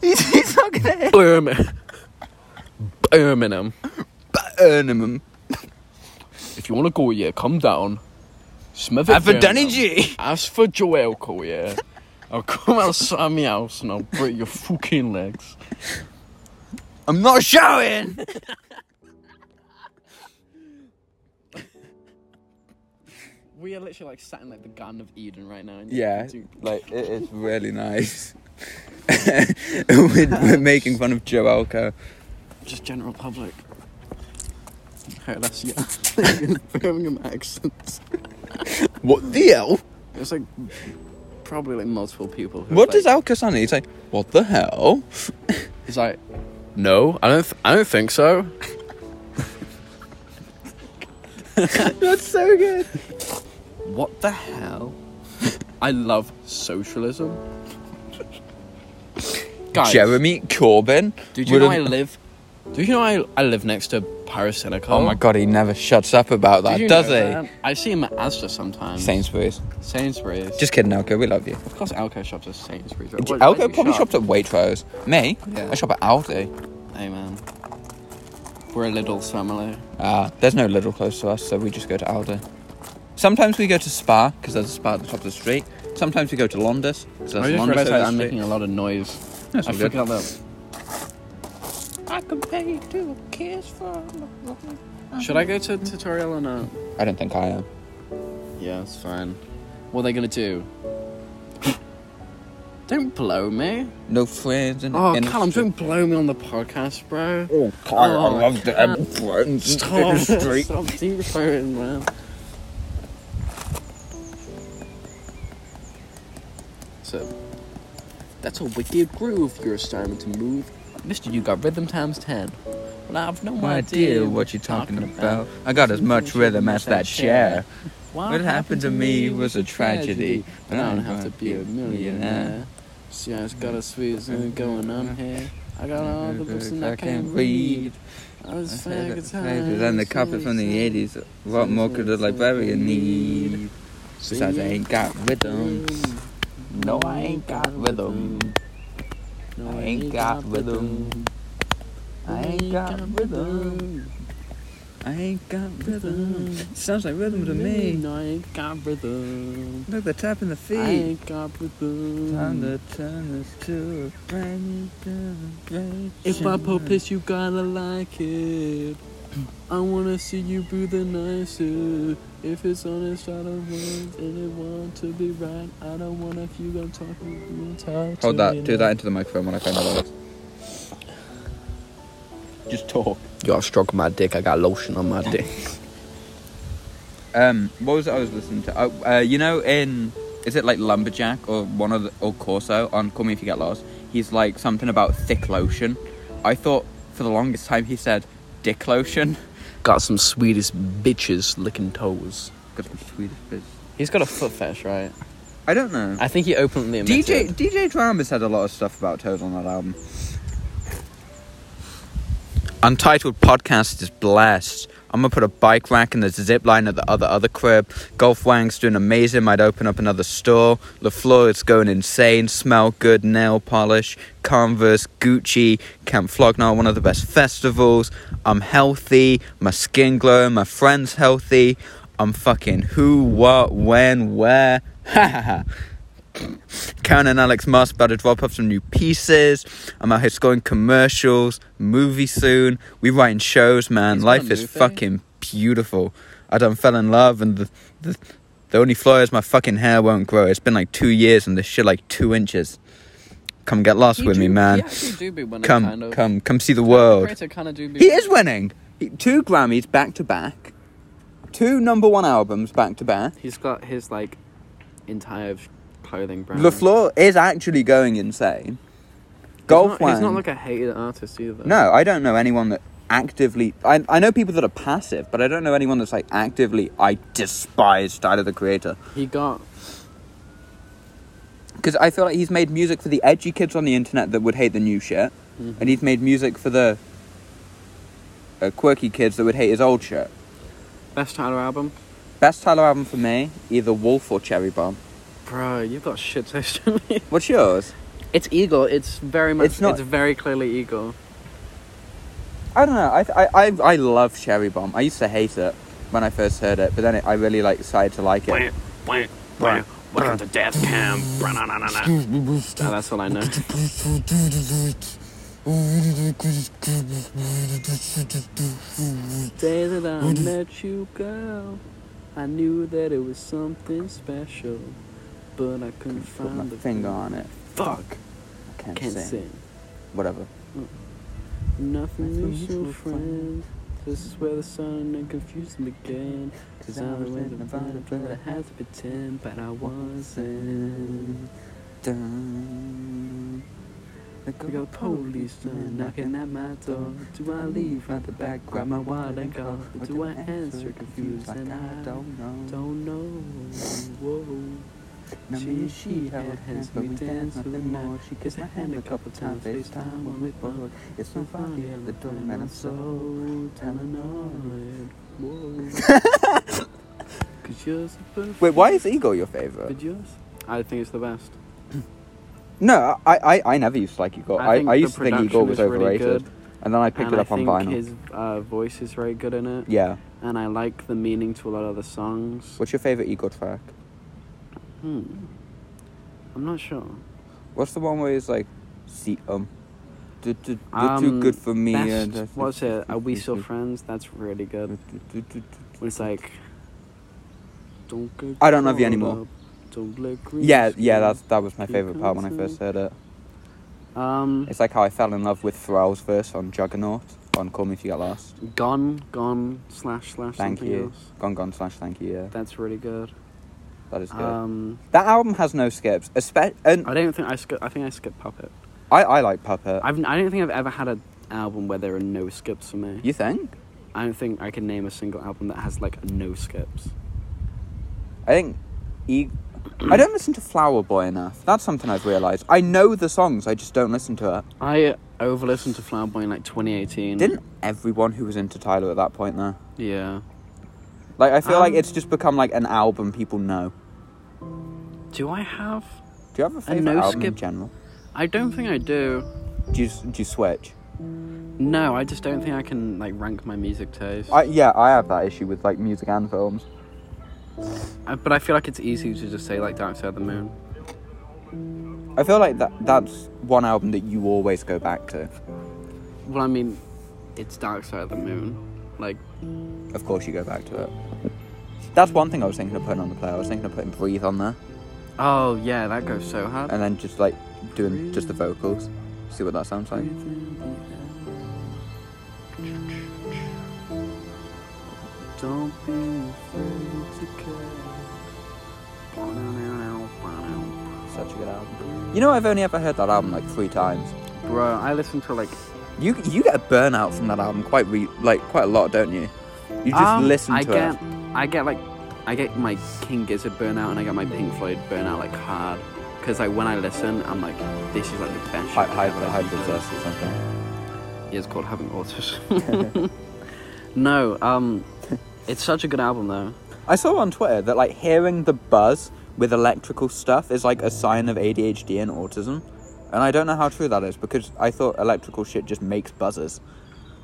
A: he's, he's not gonna hit
B: Birmingham. Birmingham.
A: Ernemum.
B: If you want to go, yeah, come down. Smith
A: Have a Danny G.
B: As for Joelco, yeah. I'll come outside my house and I'll break your fucking legs.
A: I'm not showing!
B: We are literally like sat in like the Garden of Eden right now. And
A: Yeah, like it is really nice. we're, we're making fun of Joe Elko.
B: just general public. That's yeah. Birmingham accents.
A: What the hell?
B: It's like probably like multiple people. Who
A: What
B: like,
A: does Elko sound like? He's like, what the hell?
B: He's like, no, I don't, th- I don't think so.
A: That's so good.
B: What the hell? I love socialism. Guys,
A: Jeremy Corbyn.
B: did you know I
A: wouldn't-
B: live? Do you know I, I live next to Paris Seneca?
A: Oh my god, he never shuts up about that,
B: Did you
A: does
B: know
A: he?
B: that? I see him at Asda sometimes.
A: Sainsbury's.
B: Sainsbury's.
A: Just kidding, Elko. We love you.
B: of course, Alco shops at Sainsbury's. Where- where
A: Elko
B: do you
A: probably
B: shop?
A: shops at Waitrose. Me?
B: Yeah.
A: I shop at Aldi.
B: Hey man, we're a little family.
A: Ah, there's no Lidl close to us, so we just go to Aldi. Sometimes we go to Spa because there's a Spa at the top of the street. Sometimes we go to Londis because there's
B: I just
A: Londis.
B: realised
A: over the
B: I'm
A: street.
B: making a lot of noise.
A: That's
B: I
A: all good.
B: forgot that.
G: I compare you to a kiss from
B: Should I go to tutorial or not?
A: I don't think I am.
B: Yeah, it's fine. What are they gonna do? don't blow me.
A: No friends in
B: Oh,
A: in
B: Callum, don't blow me on the podcast, bro.
A: Oh, Callum,
B: Oh,
A: I love the um, friends in
B: Stop.
A: the street.
B: Stop deferring, man. So, that's a wicked groove you're starting to move. Mister, you got rhythm times 10. Well, I've no
A: My
B: idea
A: dear, what you talking about? I got as much rhythm as that chair. What happened to me was a tragedy.
B: I don't have to be a millionaire. See, I just got a sweet thing going on here. I got all the books and I can't read. I was faggot times,
A: And the carpet from the 80s. What more could a librarian need? Besides, I ain't got rhythm. No, I ain't got rhythm.
B: No,
A: I ain't got rhythm. I ain't got rhythm. I ain't got rhythm. Sounds like rhythm to me.
B: No, I ain't got rhythm.
A: Look, they're tapping the
B: I
A: feet.
B: ain't got rhythm.
A: Time to turn this to a brand new celebration.
B: If I put piss, you gotta like it. I wanna see you be the nicest. If it's honest, I don't want anyone to be right. I don't want if you gon' talk to me talk
A: Hold
B: to
A: Oh, that.
B: me
A: Do
B: now.
A: that into the microphone when I find out what it is. Just talk.
B: Yo, I'm stroking my dick. I got lotion on my dick.
A: Um, what was it I was listening to? Oh, uh, you know, in is it like lumberjack or one of the, or Corso on Call Me If You Get Lost? He's like something about thick lotion. I thought for the longest time he said dick lotion.
B: got some sweetest bitches licking toes.
A: Got some Swedish biz.
B: He's got a foot fetish, right?
A: I don't know.
B: I think he openly admitted.
A: DJ
B: it.
A: DJ Dramas had a lot of stuff about toes on that album. Untitled podcast is blessed. I'm gonna put a bike rack in the zip line at the other other crib. Golf Wang's doing amazing. Might open up another store. Lafleur is going insane. Smell good nail polish. Converse, Gucci, Camp Flognar, one of the best festivals. I'm healthy. My skin glowing. My friends healthy. I'm fucking who, what, when, where. Ha ha ha. Karen and Alex Must about to drop off some new pieces. I'm out here scoring commercials, movie soon. We writing shows, man.
B: He's got a
A: Life is
B: movie.
A: fucking beautiful. I done fell in love, and the, the the only flaw is my fucking hair won't grow. It's been like two years, and this shit like two inches. Come get lost
B: He
A: with
B: do-
A: me, man.
B: He actually do be winning,
A: come,
B: kind of.
A: come, come see the world.
B: Creator kinda do be
A: He is winning. He- Two Grammys back to back. Two number one albums back to back.
B: He's got his like entire sh- clothing brand.
A: LaFleur is actually going insane.
B: He's
A: Golf
B: not, He's not
A: Wang-
B: like a hated artist either.
A: No, I don't know anyone that actively. I, I know people that are passive, but I don't know anyone that's like actively. I despise Tyler the Creator
B: He got
A: because I feel like he's made music for the edgy kids on the internet that would hate the new shit,
B: Mm-hmm.
A: and he's made music for the uh, quirky kids that would hate his old shit.
B: best Tyler album.
A: Best Tyler album for me, either Wolf or Cherry Bomb.
B: Bro, you've got shit taste in me.
A: What's yours?
B: It's Eagle. It's very much.
A: It's not-
B: It's very clearly Eagle.
A: I don't know. I, I, I, I love Cherry Bomb. I used to hate it when I first heard it, but then it, I really like decided to like it.
H: Welcome to Death Camp. Bra-na-na-na-na.
B: Ah, that's all I know. Day that I met you, girl, I knew that it was something special, but I couldn't
A: Put my
B: find the
A: finger on it.
B: Fuck,
A: I can't,
B: can't
A: sing.
B: sing.
A: Whatever.
B: Nothing
A: Nothing
B: is
A: mutual
B: your friend. This is where the sun and confusion began. Cause I was in the bottom, but I had to pretend, but I wasn't.
A: Dun.
B: We got police done knocking at my door. Do I leave out the back, grab my wallet and call? Or do I answer confused and I don't
A: know.
B: don't know? Whoa.
A: Now
B: She-
A: me and
B: she
A: she held
B: had
A: hands,
B: hands,
A: but
B: we
A: we danced
B: danced
A: nothing
B: with
A: more.
B: that.
A: She kissed my hand a couple times, face time when we both. It's so funny at the door, man. I'm so.
B: paranoid. Whoa. Cause you're so perfect.
A: Wait, why is Eagle your favorite?
B: But yours? I think it's the best.
A: No, I, I, I never used to like Eagle. I, I,
B: the
A: used to think
B: production
A: Eagle was
B: is really
A: overrated,
B: good,
A: and then I picked
B: and
A: it up
B: I
A: on
B: think
A: vinyl.
B: His uh, voice is very good in it.
A: Yeah.
B: And I like the meaning to a lot of the songs.
A: What's your favorite Eagle track?
B: Hmm. I'm not sure.
A: What's the one where he's like, see, um, do, do, do too
B: Um,
A: good for me?
B: Best,
A: and I-
B: what's it? Are we still friends? That's really good. When it's like, don't get
A: I don't love you
B: caught
A: anymore.
B: up, Don't let green
A: Yeah, yeah,
B: screen.
A: that's that was my favorite part when I first heard it.
B: um.
A: It's like how I fell in love with Pharrell's verse on Juggernaut on Call Me If You Get Lost.
B: Gone, gone, slash, slash,
A: Thank
B: something
A: you.
B: else.
A: Gone Gone Slash Thank You. Yeah,
B: That's really good.
A: that is good.
B: Um,
A: that album has no skips. Espe- and
B: I don't think I skip. I think I skip Puppet.
A: I, I like Puppet.
B: I've, I don't think I've ever had an album where there are no skips for me.
A: you think?
B: I don't think I can name a single album that has like no skips.
A: I think. E- I don't listen to Flower Boy enough. That's something I've realised. I know the songs, I just don't listen to it.
B: I over listened to Flower Boy in like 2018.
A: Didn't everyone who was into Tyler at that point though?
B: Yeah.
A: Like I feel like it's
B: Um,
A: just become like an album people know.
B: Do I have?
A: Do you have a favorite
B: no
A: album in
B: skip-
A: general?
B: I don't think I do.
A: Do you do you switch?
B: No, I just don't think I can like rank my music taste.
A: I yeah, I have that issue with like music and films.
B: I, but I feel like it's easy to just say like Dark Side of the Moon.
A: I feel like that that's one album that you always go back to.
B: Well, I mean, it's Dark Side of the Moon. Like,
A: Of course, you go back to it. That's one thing I was thinking of putting on the play. I was thinking of putting "Breathe" on there,
B: oh yeah, that goes so hard.
A: and then just like doing just the vocals. See what that sounds like.
B: Don't be afraid to care.
A: Such a good album. You know, I've only ever heard that album like three times.
B: Bro, I listened to like
A: You you get a burnout from that album quite re- like quite a lot, don't you? You just
B: Um,
A: listen to
B: I get,
A: it.
B: I get like, I get my King Gizzard burnout and I get my Pink Floyd burnout like hard. Cause like when I listen, I'm like, this is like the best.
A: Hy-
B: shit I've
A: hy-
B: ever
A: hy-
B: listened to.
A: possessed or something.
B: Yeah, it's called having autism. no, um, it's such a good album though.
A: I saw on Twitter that like hearing the buzz with electrical stuff is like a sign of ADHD and autism, and I don't know how true that is because I thought electrical shit just makes buzzers.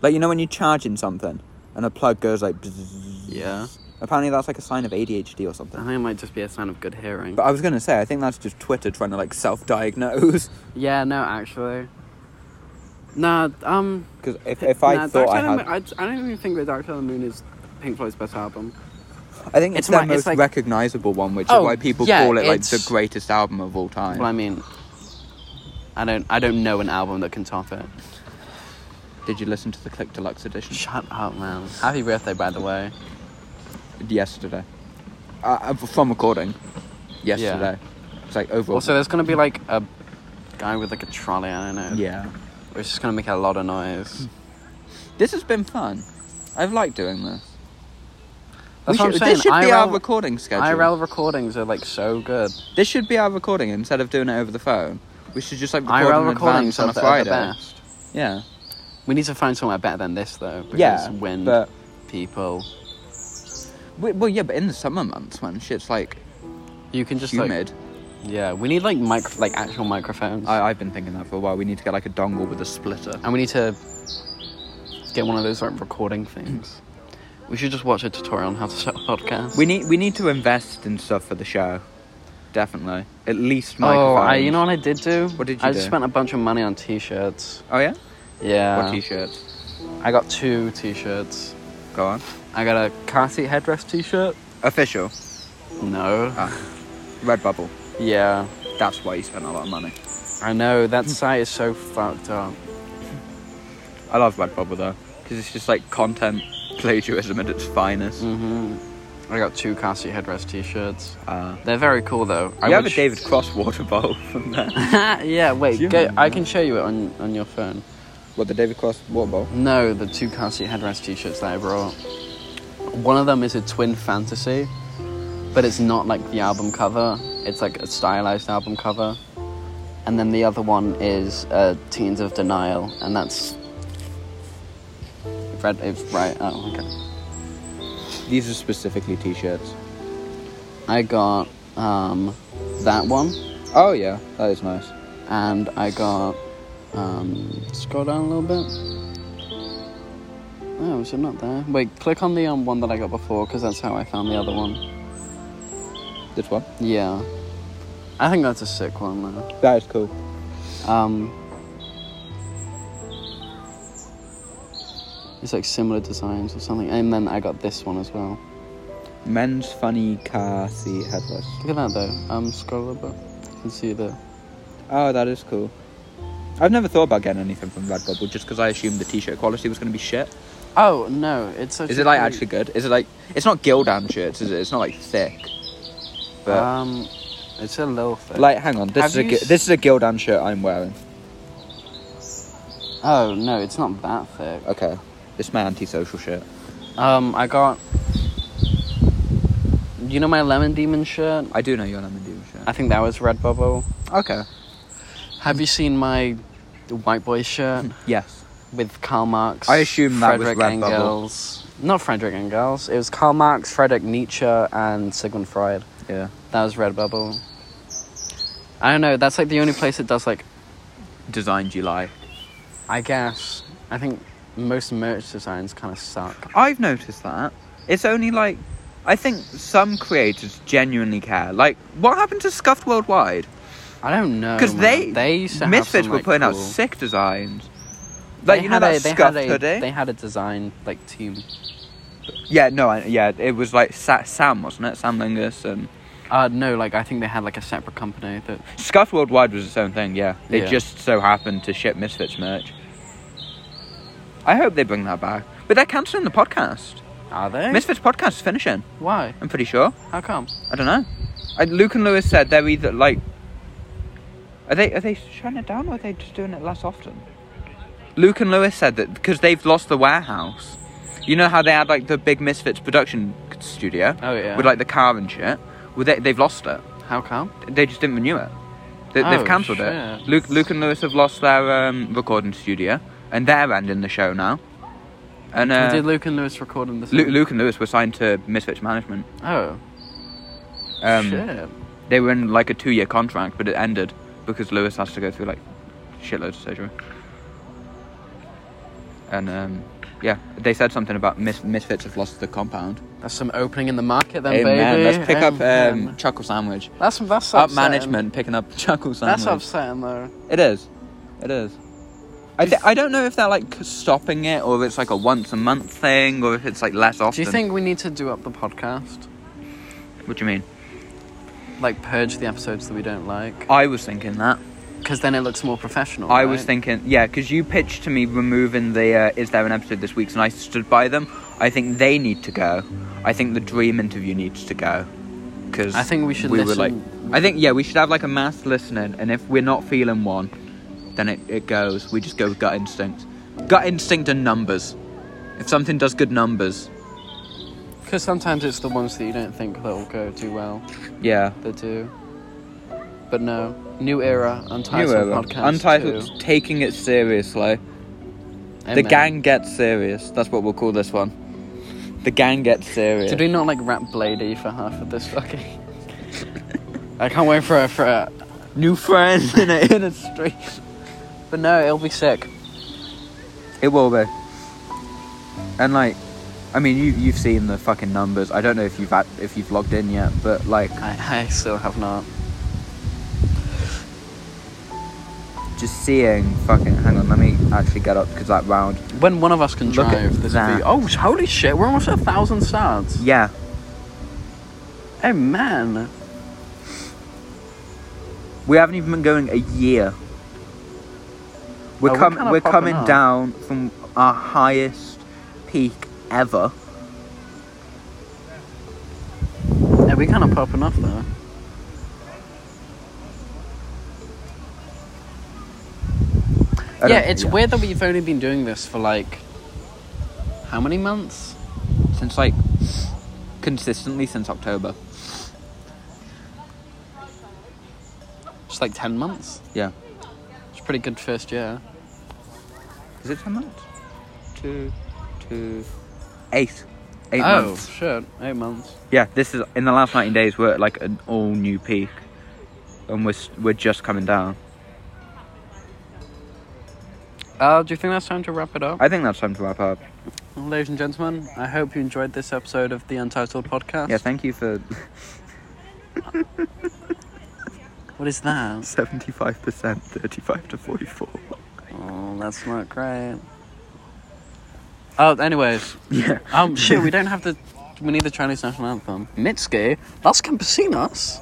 A: Like you know when you're charging something and a plug goes like. bzzz.
B: Yeah.
A: Apparently that's like a sign of ADHD or
B: I
A: something.
B: think it might just be a sign of good hearing.
A: But I was gonna say I think that's just Twitter trying to like self-diagnose.
B: yeah, no, actually. Nah, um,
A: Because if, if I
B: nah,
A: thought
B: Dark
A: I
B: Side of
A: had,
B: the Moon- I, I don't even think that Dark Side of the Moon is Pink Floyd's best album.
A: I think it's,
B: It's
A: their
B: my-
A: most
B: it's like-
A: recognizable one, which
B: Oh,
A: is why people
B: yeah,
A: call it like
B: it's-
A: the greatest album of all time.
B: Well, I mean, I don't, I don't know an album that can top it.
A: Did you listen to the Click Deluxe edition
B: Shut up, man. Happy birthday, by the way.
A: yesterday? Uh, uh, from recording yesterday. It's like overall.
B: Also, there's gonna be like a guy with like a trolley. I don't know.
A: yeah, Hmm.
B: Which is gonna make a lot of noise.
A: this has been fun. I've liked doing this.
B: That's
A: We
B: what I'm
A: should-
B: saying.
A: This should be our
B: IRL
A: recording schedule.
B: IRL recordings are like so good.
A: This should be our recording instead of doing it over the phone. We should just like record
B: IRL
A: in
B: recordings
A: advance
B: are
A: on a
B: the, are the
A: Friday.
B: best.
A: Yeah,
B: We need to find somewhere better than this though. Because
A: yeah.
B: wind,
A: But
B: people.
A: we- well, yeah, but in the summer months when shit's like
B: You can just
A: humid.
B: like yeah. We need like mic like actual microphones.
A: I, I've been thinking that for a while. We need to get like a dongle with a splitter.
B: and we need to get one of those like recording things. we should just watch a tutorial on how to set a podcast.
A: We need we need to invest in stuff for the show. Definitely. At least
B: Oh,
A: microphones.
B: I, you know what I did do?
A: What did you
B: I
A: do?
B: just spent a bunch of money on t-shirts.
A: Oh yeah?
B: Yeah.
A: Or t-shirts.
B: I got two t-shirts.
A: Go on.
B: I got a car seat headrest t-shirt.
A: Official.
B: No.
A: Ah. Redbubble.
B: Yeah.
A: That's why you spent a lot of money.
B: I know that site is so fucked up.
A: I love Redbubble though. Because it's just like content plagiarism at its finest.
B: hmm I got two car seat headrest t-shts.
A: Uh,
B: They're very cool though. I
A: you have a
B: wish-
A: David Cross water bowl from there.
B: yeah, wait.
A: Do you
B: Go,
A: remember
B: I
A: that?
B: can show you it on, on your phone.
A: what, the David Cross water bowl?
B: No, the two car seat headrest t-shirts that I brought. One of them is a twin fantasy, but it's not like the album cover. It's like a stylized album cover. And then the other one is uh, Teens of Denial, and that's red. It's right. Oh, okay.
A: These are specifically t-shirts.
B: I got um, that one,
A: Oh yeah, that is nice.
B: and I got um, scroll down a little bit. Oh, is it not there? Wait, click on the um, one that I got before, because that's how I found the other one.
A: This one.
B: Yeah. I think that's a sick one though.
A: That is cool.
B: Um It's like similar designs or something. And then I got this one as well.
A: Men's funny car seat headless.
B: Look at that though. Um scroll a bit. You can see the
A: Oh, that is cool. I've never thought about getting anything from Redbubble just because I assumed the t-shirt quality was going to be shit.
B: Oh no, it's such
A: Is
B: a
A: it like
B: great-
A: actually good? Is it like it's not Gildan shirts, is it? It's not like thick. But
B: Um it's a little thick.
A: like, hang on, this
B: have
A: is a
B: you
A: Gi-
B: s-
A: this is a Gildan shirt I'm wearing.
B: Oh no, it's not that thick.
A: Okay, this is my antisocial shirt.
B: Um I got You know my lemon demon shirt?
A: I do know your lemon demon shirt.
B: I think that was Redbubble.
A: Okay.
B: Have you seen my white boy shirt?
A: Yes.
B: with Karl Marx.
A: Hmm. I assume that was
B: Frederick
A: Redbubble.
B: Engels. Not Frederick Engels. It was Karl Marx, Frederick Nietzsche, and Sigmund Freud.
A: Yeah.
B: That was Redbubble. I don't know. That's like the only place it does like.
A: Designed you lie.
B: I guess. I think most merch designs kind of suck.
A: I've noticed that. It's only like I think some creators genuinely care. Like what happened to Scuffed Worldwide?
B: I don't know.
A: Because
B: man.
A: they,
B: Oh, they used to have
A: Misfits
B: some,
A: were
B: like,
A: putting out
B: cool-
A: sick designs. Like
B: they
A: you know
B: had
A: that
B: a, they
A: scuff
B: had a,
A: hoodie.
B: They had a design like team.
A: Yeah, no, I, yeah, it was like Sa- Sam, wasn't it? Sam Lingus and
B: Uh, no, like I think they had like a separate company that.
A: Scuff Worldwide was its own thing. Yeah, they
B: Yeah.
A: just so happened to ship Misfits merch. I hope they bring that back, but they're cancelling the podcast.
B: Are they?
A: Misfits podcast is finishing.
B: Why?
A: I'm pretty sure.
B: How come?
A: I don't know. I, Luke and Lewis said they're either like, are they are they shutting it down or are they just doing it less often? Luke and Lewis said that because they've lost the warehouse. You know how they had like the big Misfits production studio
B: Oh yeah.
A: with like the car and shit. Well, they, they've lost it.
B: How come?
A: They just didn't renew it. They,
B: Oh,
A: they've cancelled
B: shit.
A: it. Luke Luke and Lewis have lost their um, recording studio and they're ending the show now. And uh,
B: did Luke and Lewis record in the
A: Luke,
B: same-
A: Luke and Lewis were signed to Misfits Management.
B: Oh
A: Um,
B: shit.
A: They were in like a two year contract, but it ended because Lewis has to go through like shitloads of surgery. And um, yeah, they said something about mis- Misfits have lost the compound.
B: That's some opening in the market then,
A: Amen.
B: baby.
A: Let's pick up
B: Amen.
A: um, Chuckle Sandwich.
B: that's that's
A: Up
B: upsetting.
A: management picking up Chuckle Sandwich.
B: That's upsetting though.
A: It is. It is. I, th- I don't know if they're like stopping it or if it's like a once a month thing or if it's like less often.
B: Do you think we need to do up the podcast?
A: What do you mean?
B: Like purge the episodes that we don't like,
A: I was thinking that.
B: because then it looks more professional.
A: I was
B: right?
A: thinking, yeah, because you pitched to me removing the uh, Is There an Episode This Week's and I stood by them. I think they need to go. I think the dream interview needs to go. Because
B: I think we should
A: were like,
B: listen-
A: I think, yeah, we should have like a mass listening, and if we're not feeling one, then it, it goes. We just go with gut instinct. Gut instinct and numbers. If something does good numbers,
B: Because sometimes it's the ones that you don't think that will go too well
A: yeah.
B: that do. But no, new era, untitled
A: New era.
B: podcast.
A: um, Untitled,
B: two.
A: taking it seriously. The
B: Amen.
A: gang gets serious. That's what we'll call this one. The gang gets serious.
B: Did we not like rap Blady for half of this fucking? I can't wait for a, for a
A: new friends in a, in a
B: street. But no, it'll be sick.
A: It will be. And like, I mean, you you've seen the fucking numbers. I don't know if you've had, if you've logged in yet, but like,
B: I, I still have not.
A: just seeing fucking. Hang on, let me actually get up because that round.
B: When one of us can
A: Look at
B: drive, this
A: that.
B: would be. Oh, holy shit! We're almost at a thousand stars.
A: Yeah,
B: Oh man,
A: we haven't even been going a year.
B: Oh,
A: We're
B: we're
A: com-
B: kinda
A: we're
B: popping
A: coming
B: up.
A: down from our highest peak ever.
B: yeah, we kind of popping off though.
A: I
B: Yeah,
A: don't-
B: it's weird that we've only been doing this for like how many months?
A: since like consistently since October.
B: Just like ten months.
A: Yeah.
B: It's a pretty good first year.
A: Is it ten months? Two, two, eight, eight
B: oh
A: months.
B: shit, eight months.
A: Yeah, this is in the last 19 days. We're at like an all new peak, and we're s- we're just coming down.
B: Uh, do you think that's time to wrap it up?
A: I think that's time to wrap up.
B: Well, Ladies and gentlemen, I hope you enjoyed this episode of the Untitled Podcast.
A: Yeah, thank you for
B: What is that?
A: 75%, 35 to 44.
B: Oh, that's not great. Oh, anyways.
A: Yeah.
B: Um, shit, we don't have the. We need the Chinese national anthem. Mitski, Las Campesinas.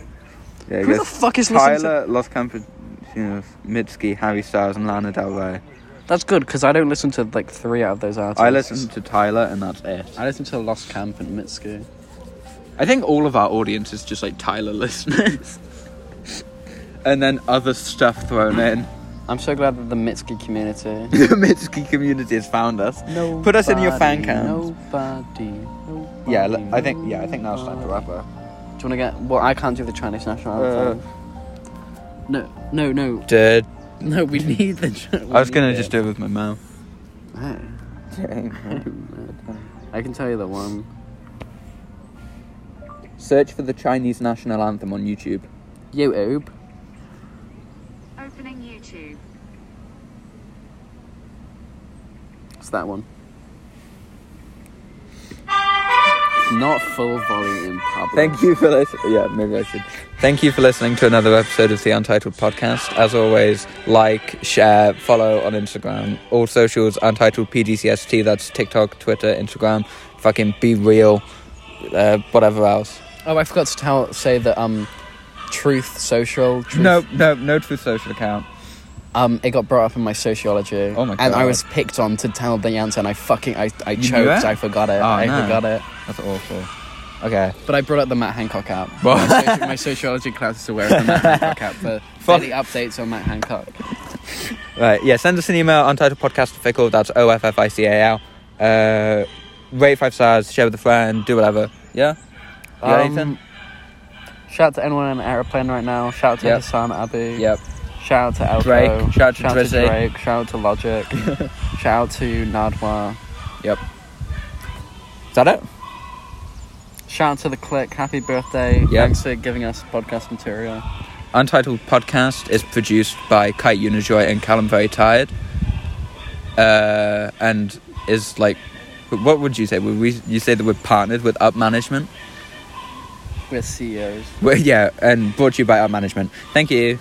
A: Yeah, I
B: Who the
A: guess
B: fuck is listening to-
A: Tyler, Los Campesinos, Mitski, Harry Styles, and Lana Del Rey.
B: That's good because I don't listen to like three out of those artists.
A: I listen to Tyler, and that's it.
B: I listen to Lost Camp and Mitski.
A: I think all of our audience is just like Tyler listeners, and then other stuff thrown in.
B: I'm so glad that the Mitski community.
A: The Mitski community has found us. Put us in your fan cam.
B: Nobody. nobody
A: Yeah, l- I think yeah, I think now it's time to wrap up.
B: Do you want to get? Well, I can't do the Chinese national
A: Uh,
B: anthem. no, no, no,
A: Dead.
B: no. We need the. Chi- we
A: I was
B: need
A: gonna
B: it.
A: just do it with my mouth.
B: Hey, I can tell you the one.
A: Search for the Chinese national anthem on YouTube.
B: YouTube.
I: Opening YouTube.
B: It's that one. Not full volume in public.
A: Thank you for listening. Yeah, maybe I should. Thank you for listening to another episode of the Untitled Podcast. As always, like, share, follow on Instagram. All socials, Untitled PDCST. That's TikTok, Twitter, Instagram. Fucking be real. Uh, whatever else.
B: Oh, I forgot to tell say that um, Truth Social. Truth,
A: No, no, no Truth Social account.
B: Um, it got brought up in my sociology.
A: Oh my
B: And I
A: God.
B: was picked on to tell the answer, and I fucking I I
A: knew it?
B: choked. I forgot it.
A: Oh,
B: I
A: no.
B: forgot it.
A: That's awful. Okay.
B: But I brought up the Matt Hancock app.
A: Well-
B: My, soci- my sociology class is aware of the Matt Hancock app, but
A: Fuck.
B: daily updates on Matt Hancock.
A: Right, yeah, send us an email, untitledpodcastfickle, that's O-F-F-I-C-A-L. Uh, rate five stars, share with a friend, do whatever. Yeah? You got
B: Um,
A: anything?
B: Shout out to anyone in an aeroplane right now. Shout out to
A: Yep.
B: Hassan Abu.
A: Yep.
B: Shout out to Elko.
A: Drake. Shout out to Drizzy.
B: Drake. Shout out to Logic. shout out to Nadwa.
A: Yep. Is that it?
B: Shout out to the click. Happy birthday.
A: Yep.
B: Thanks for giving us podcast material.
A: Untitled Podcast is produced by Kite Unijoy and Callum Very Tired. Uh, and is like, what would you say? Would we, you say that we're partnered with Up Management?
B: We're E CEOs.
A: Well, yeah, and brought to you by Up Management. Thank you.